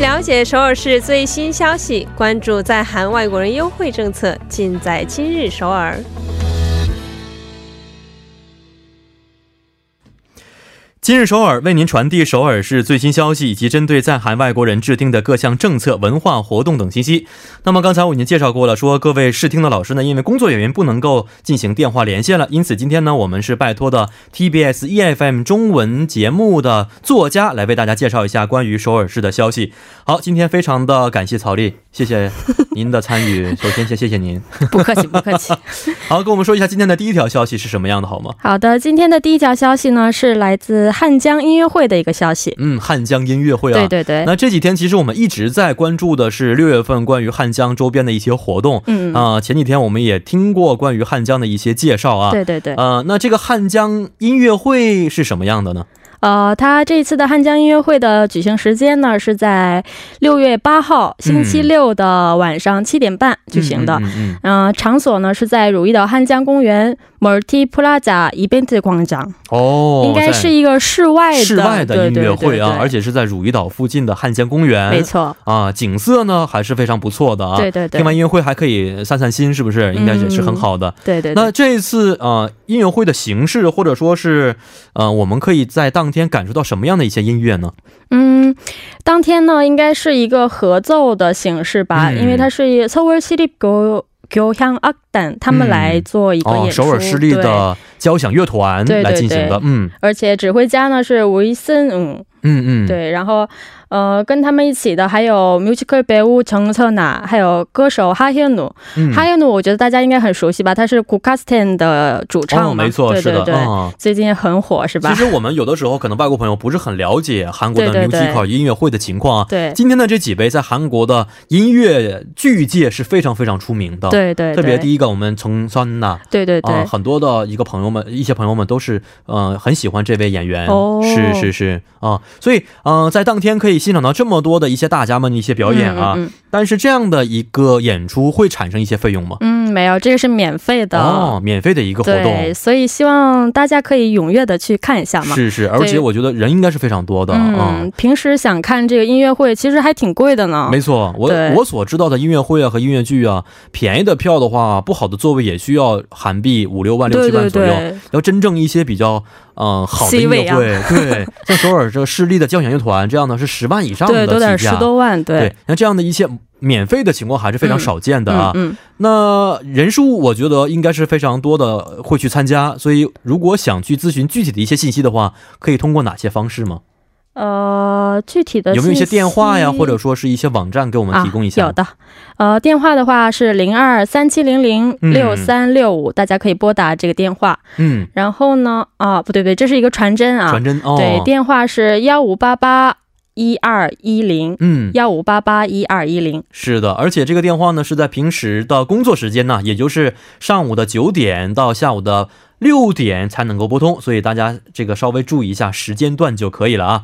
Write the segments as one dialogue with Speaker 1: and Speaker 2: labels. Speaker 1: 了解首尔市最新消息，关注在韩外国人优惠政策，尽在今日首尔。
Speaker 2: 今日首尔为您传递首尔市最新消息以及针对在韩外国人制定的各项政策、文化活动等信息。那么刚才我已经介绍过了，说各位试听的老师呢，因为工作原因不能够进行电话连线了，因此今天呢，我们是拜托的 TBS EFM E 中文节目的作家来为大家介绍一下关于首尔市的消息。好，今天非常的感谢曹丽，谢谢您的参与，首先先谢谢您。
Speaker 3: 不客气，不客气。
Speaker 2: 好，跟我们说一下今天的第一条消息是什么样的好吗？
Speaker 3: 好的，今天的第一条消息呢，是来自汉江音乐会的一个消息。
Speaker 2: 嗯，汉江音乐会啊，
Speaker 3: 对对对，
Speaker 2: 那这几天其实我们一直在关注的是六月份关于汉江周边的一些活动
Speaker 3: 嗯，
Speaker 2: 啊、前几天我们也听过关于汉江的一些介绍啊。
Speaker 3: 对对对。
Speaker 2: 呃，那这个汉江音乐会是什么样的呢？
Speaker 3: 呃，他这次的汉江音乐会的举行时间呢，是在六月八号星期六的晚上七点半举行的。
Speaker 2: 嗯
Speaker 3: 嗯
Speaker 2: 嗯嗯
Speaker 3: 场所呢是在汝矣岛汉江公园 Multi Plaza Event 广场，
Speaker 2: 哦，
Speaker 3: 应该是一个室外
Speaker 2: 在
Speaker 3: 的
Speaker 2: 室外的音乐会啊，而
Speaker 3: 且
Speaker 2: 且是在汝矣岛附近的汉江公园。
Speaker 3: 没。错，
Speaker 2: 啊，景色呢还是非常不错的啊。
Speaker 3: 对对对
Speaker 2: 听完音乐会还可以散散心，是不是？应该也是很好的。
Speaker 3: 对对对。
Speaker 2: 那这次呃音乐会的形式，或者说是呃，我们可以在当天感受到什么样的一些音乐呢？
Speaker 3: 嗯，当天呢应该是一个合奏的形式吧，
Speaker 2: 嗯
Speaker 3: 因为它是서울시립교교향악단他们来做一个演出，
Speaker 2: 哦，首尔市立
Speaker 3: 对，
Speaker 2: 的交响乐团
Speaker 3: 对对
Speaker 2: 来进行的，嗯
Speaker 3: 而且指挥家呢是吴一森，嗯，
Speaker 2: 嗯嗯，，
Speaker 3: 对，然后呃跟他们一起的还有 musical 배우정선아，还有歌手哈耶努，
Speaker 2: 嗯，
Speaker 3: 哈耶努我觉得大家应该很熟悉吧，他是 g u k a s t e n 的主
Speaker 2: 哦，
Speaker 3: 唱嘛，
Speaker 2: 没错，
Speaker 3: 对
Speaker 2: 是的
Speaker 3: 对，对，
Speaker 2: 嗯。
Speaker 3: 最近很火是吧
Speaker 2: 其？实我们有的时候可能外国朋友不是很了解韩国的
Speaker 3: 对对
Speaker 2: musical 音乐会的情况啊。
Speaker 3: 对
Speaker 2: 今天的这几位在韩国的音乐剧界是非常非常出名的。，
Speaker 3: 对对，
Speaker 2: 特别
Speaker 3: 对
Speaker 2: 第一个我们从酸呐，
Speaker 3: 对对对
Speaker 2: 啊、，很多的一个朋友们，一些朋友们都是呃很喜欢这位演员，
Speaker 3: 哦
Speaker 2: 是是是啊、所以嗯、呃在当天可以欣赏到这么多的一些大家们的一些表演啊、
Speaker 3: 嗯嗯嗯
Speaker 2: 但是这样的一个演出会产生一些费用吗？
Speaker 3: 嗯，没有，这个是免费的。
Speaker 2: 哦，免费的一个活
Speaker 3: 对，
Speaker 2: 动，
Speaker 3: 所以希望大家可以踊跃的去看一下嘛。
Speaker 2: 是是，而且我觉得人应该是非常多的啊、
Speaker 3: 嗯，平时想看这个音乐会，其实还挺贵的呢。
Speaker 2: 没错，我
Speaker 3: 对
Speaker 2: 我所知道的音乐会啊和音乐剧啊，便宜的票的话，不好的座位也需要韩币五六万、六
Speaker 3: 对
Speaker 2: 七万
Speaker 3: 对
Speaker 2: 左右。
Speaker 3: 对，
Speaker 2: 要真正一些比较嗯、呃好的音
Speaker 3: C 位
Speaker 2: 乐
Speaker 3: 啊
Speaker 2: 会，对，像首尔这市立的交响乐团这样的是十万以上的
Speaker 3: 对都得
Speaker 2: 起
Speaker 3: 十
Speaker 2: 价，
Speaker 3: 多万，对。
Speaker 2: 对，那这样的一些免费的情况还是非常少见的
Speaker 3: 嗯
Speaker 2: 啊。
Speaker 3: 嗯，
Speaker 2: 那人数我觉得应该是非常多的会去参加，所以如果想去咨询具体的一些信息的话，可以通过哪些方式吗？
Speaker 3: 呃，具体的
Speaker 2: 有没有一些
Speaker 3: 信息
Speaker 2: 电话呀，或者说是一些网站给我们提供一
Speaker 3: 啊、
Speaker 2: 下？
Speaker 3: 有的，呃，电话的话是零二三七零零六三六五，大家可以拨打这个电话。
Speaker 2: 嗯，
Speaker 3: 然后呢，啊，不对不对，这是一个传真啊，
Speaker 2: 传真哦，
Speaker 3: 对，电话是幺五八八一二一零
Speaker 2: 嗯，
Speaker 3: 幺五八八一二一零。
Speaker 2: 是的，而且这个电话呢是在平时的工作时间呢，也就是上午的九点到下午的六点才能够拨通，所以大家这个稍微注意一下时间段就可以了啊。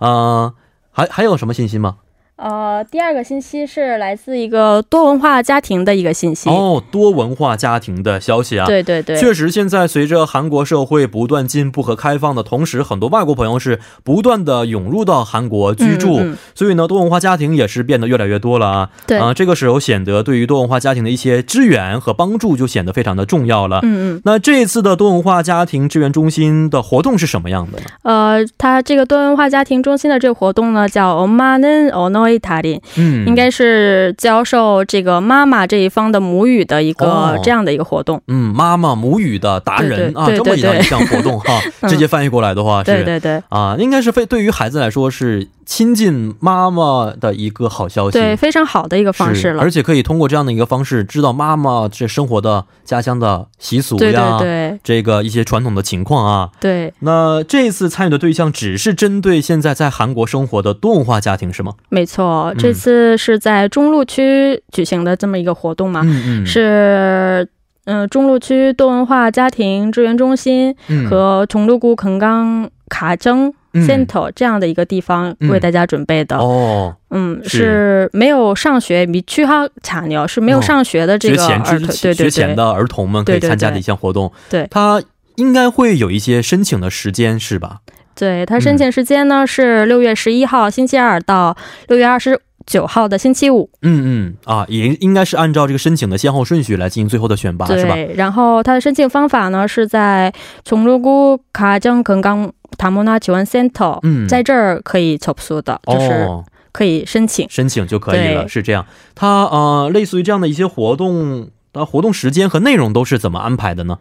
Speaker 2: 呃，还还有什么信息吗？
Speaker 3: 呃，第二个信息是来自一个多文化家庭的一个信息。
Speaker 2: 哦，多文化家庭的消息啊。
Speaker 3: 对对对，
Speaker 2: 确实，现在随着韩国社会不断进步和开放的同时，很多外国朋友是不断的涌入到韩国居住，
Speaker 3: 嗯嗯嗯
Speaker 2: 所以呢，多文化家庭也是变得越来越多了啊。
Speaker 3: 对
Speaker 2: 啊、这个时候显得对于多文化家庭的一些支援和帮助就显得非常的重要了。
Speaker 3: 嗯嗯，
Speaker 2: 那这一次的多文化家庭支援中心的活动是什么样的呢？
Speaker 3: 呃，它这个多文化家庭中心的这个活动呢，叫 Omanen Onoi t a r i
Speaker 2: 嗯，
Speaker 3: 应该是教授这个妈妈这一方的母语的一
Speaker 2: 哦
Speaker 3: 个这样的一个活动。
Speaker 2: 嗯，妈妈母语的达人啊，
Speaker 3: 对对
Speaker 2: 这么一样
Speaker 3: 对
Speaker 2: 一项活动哈，
Speaker 3: 嗯
Speaker 2: 直接翻译过来的话是。
Speaker 3: 对对对
Speaker 2: 啊，应该是非对于孩子来说是亲近妈妈的一个好消息，
Speaker 3: 对，非常好的一个方式
Speaker 2: 是
Speaker 3: 了
Speaker 2: 而。且可以通过这样的一个方式，知道妈妈这生活的家乡的习俗呀，
Speaker 3: 对对对
Speaker 2: 这个一些传统的情况啊。
Speaker 3: 对，
Speaker 2: 那这次参与的对象只是针对现在在韩国生活的多文化家庭是吗？
Speaker 3: 没错，
Speaker 2: 嗯
Speaker 3: 这次是在中路区举行的这么一个活动嘛，
Speaker 2: 嗯嗯，
Speaker 3: 啊是嗯、呃中路区多文化家庭支援中心。
Speaker 2: 嗯
Speaker 3: 和重录谷肯冈卡征 center 这样的一个地方
Speaker 2: 嗯
Speaker 3: 为大家准备的。嗯
Speaker 2: 哦，是
Speaker 3: 是没有上学，米区哈卡牛是没有上学的这
Speaker 2: 哦学
Speaker 3: 个
Speaker 2: 前
Speaker 3: 儿
Speaker 2: 之
Speaker 3: 童，对对
Speaker 2: 学前
Speaker 3: 对，
Speaker 2: 的儿童们可以参加的一项活动，
Speaker 3: 对对对对
Speaker 2: 它应该会有一些申请的时间是吧？
Speaker 3: 对，它申请时间呢是六月十一号星期二到六月二十九号的星期五。
Speaker 2: 嗯嗯啊，也应该是按照这个申请的先后顺序来进行最后的选拔，啊是吧？
Speaker 3: 对，然后它的申请方法呢是在종로구가정건강담문화지원센터，
Speaker 2: 嗯，
Speaker 3: 在这儿可以접수的，就是
Speaker 2: 哦，
Speaker 3: 可以申请。
Speaker 2: 申请就可以了，
Speaker 3: 对
Speaker 2: 是这样。它呃，类似于这样的一些活动，它活动时间和内容都是怎么安排的呢？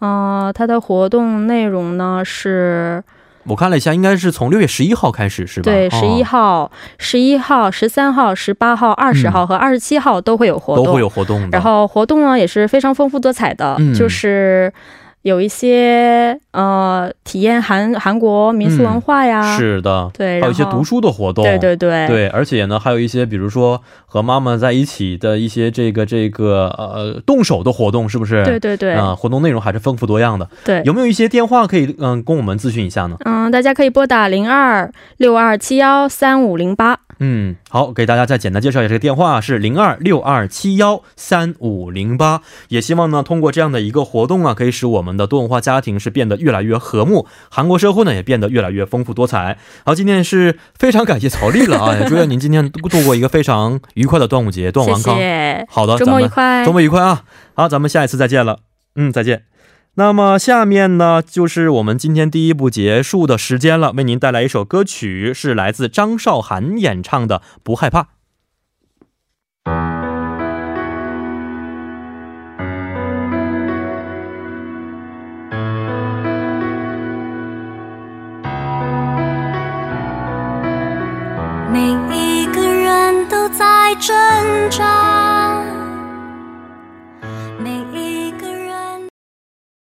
Speaker 3: 呃，它的活动内容呢是
Speaker 2: 我看了一下，应该是从六月十一号开始，是吧？
Speaker 3: 对十一
Speaker 2: 哦、
Speaker 3: 号、十一号、十三号、十八号、二十号和二十七号都会有活
Speaker 2: 嗯
Speaker 3: 动，
Speaker 2: 都会有活动的，
Speaker 3: 然后活动呢也是非常丰富多彩的，
Speaker 2: 嗯
Speaker 3: 就是有一些呃体验韩韩国民俗文化呀，
Speaker 2: 是的，
Speaker 3: 啊
Speaker 2: 还
Speaker 3: 对，然后
Speaker 2: 有一些读，书的活动，
Speaker 3: 对对对
Speaker 2: 对，而且呢，还有一些比如说和妈妈在一起的一些这个这个呃动手的活动，是不是？
Speaker 3: 对对对
Speaker 2: 啊、活动内容还是丰富多样的。
Speaker 3: 对
Speaker 2: 有没有一些电话可以嗯、跟我们咨询一下呢？
Speaker 3: 嗯，大家可以拨打零二六二七幺三五零八。
Speaker 2: 嗯，好，给大家再简单介绍一下，这个电话是零二六二七幺三五零八。也希望呢，通过这样的一个活动啊，可以使我们的多文化家庭是变得越来越和睦，韩国社会呢也变得越来越丰富多彩。好，今天是非常感谢曹丽了啊，也祝愿您今天度度过一个非常愉快的端午 节，端午
Speaker 3: 谢
Speaker 2: 安康。
Speaker 3: 谢，
Speaker 2: 好的，
Speaker 3: 周
Speaker 2: 咱
Speaker 3: 末愉
Speaker 2: 们
Speaker 3: 快
Speaker 2: 周，末愉快啊！好，咱们下一次再见了。嗯，再见。那么下面呢，就是我们今天第一部结束的时间了，为您带来一首歌曲，是来自张韶涵演唱的《不害怕》。
Speaker 4: 每一个人都在挣扎。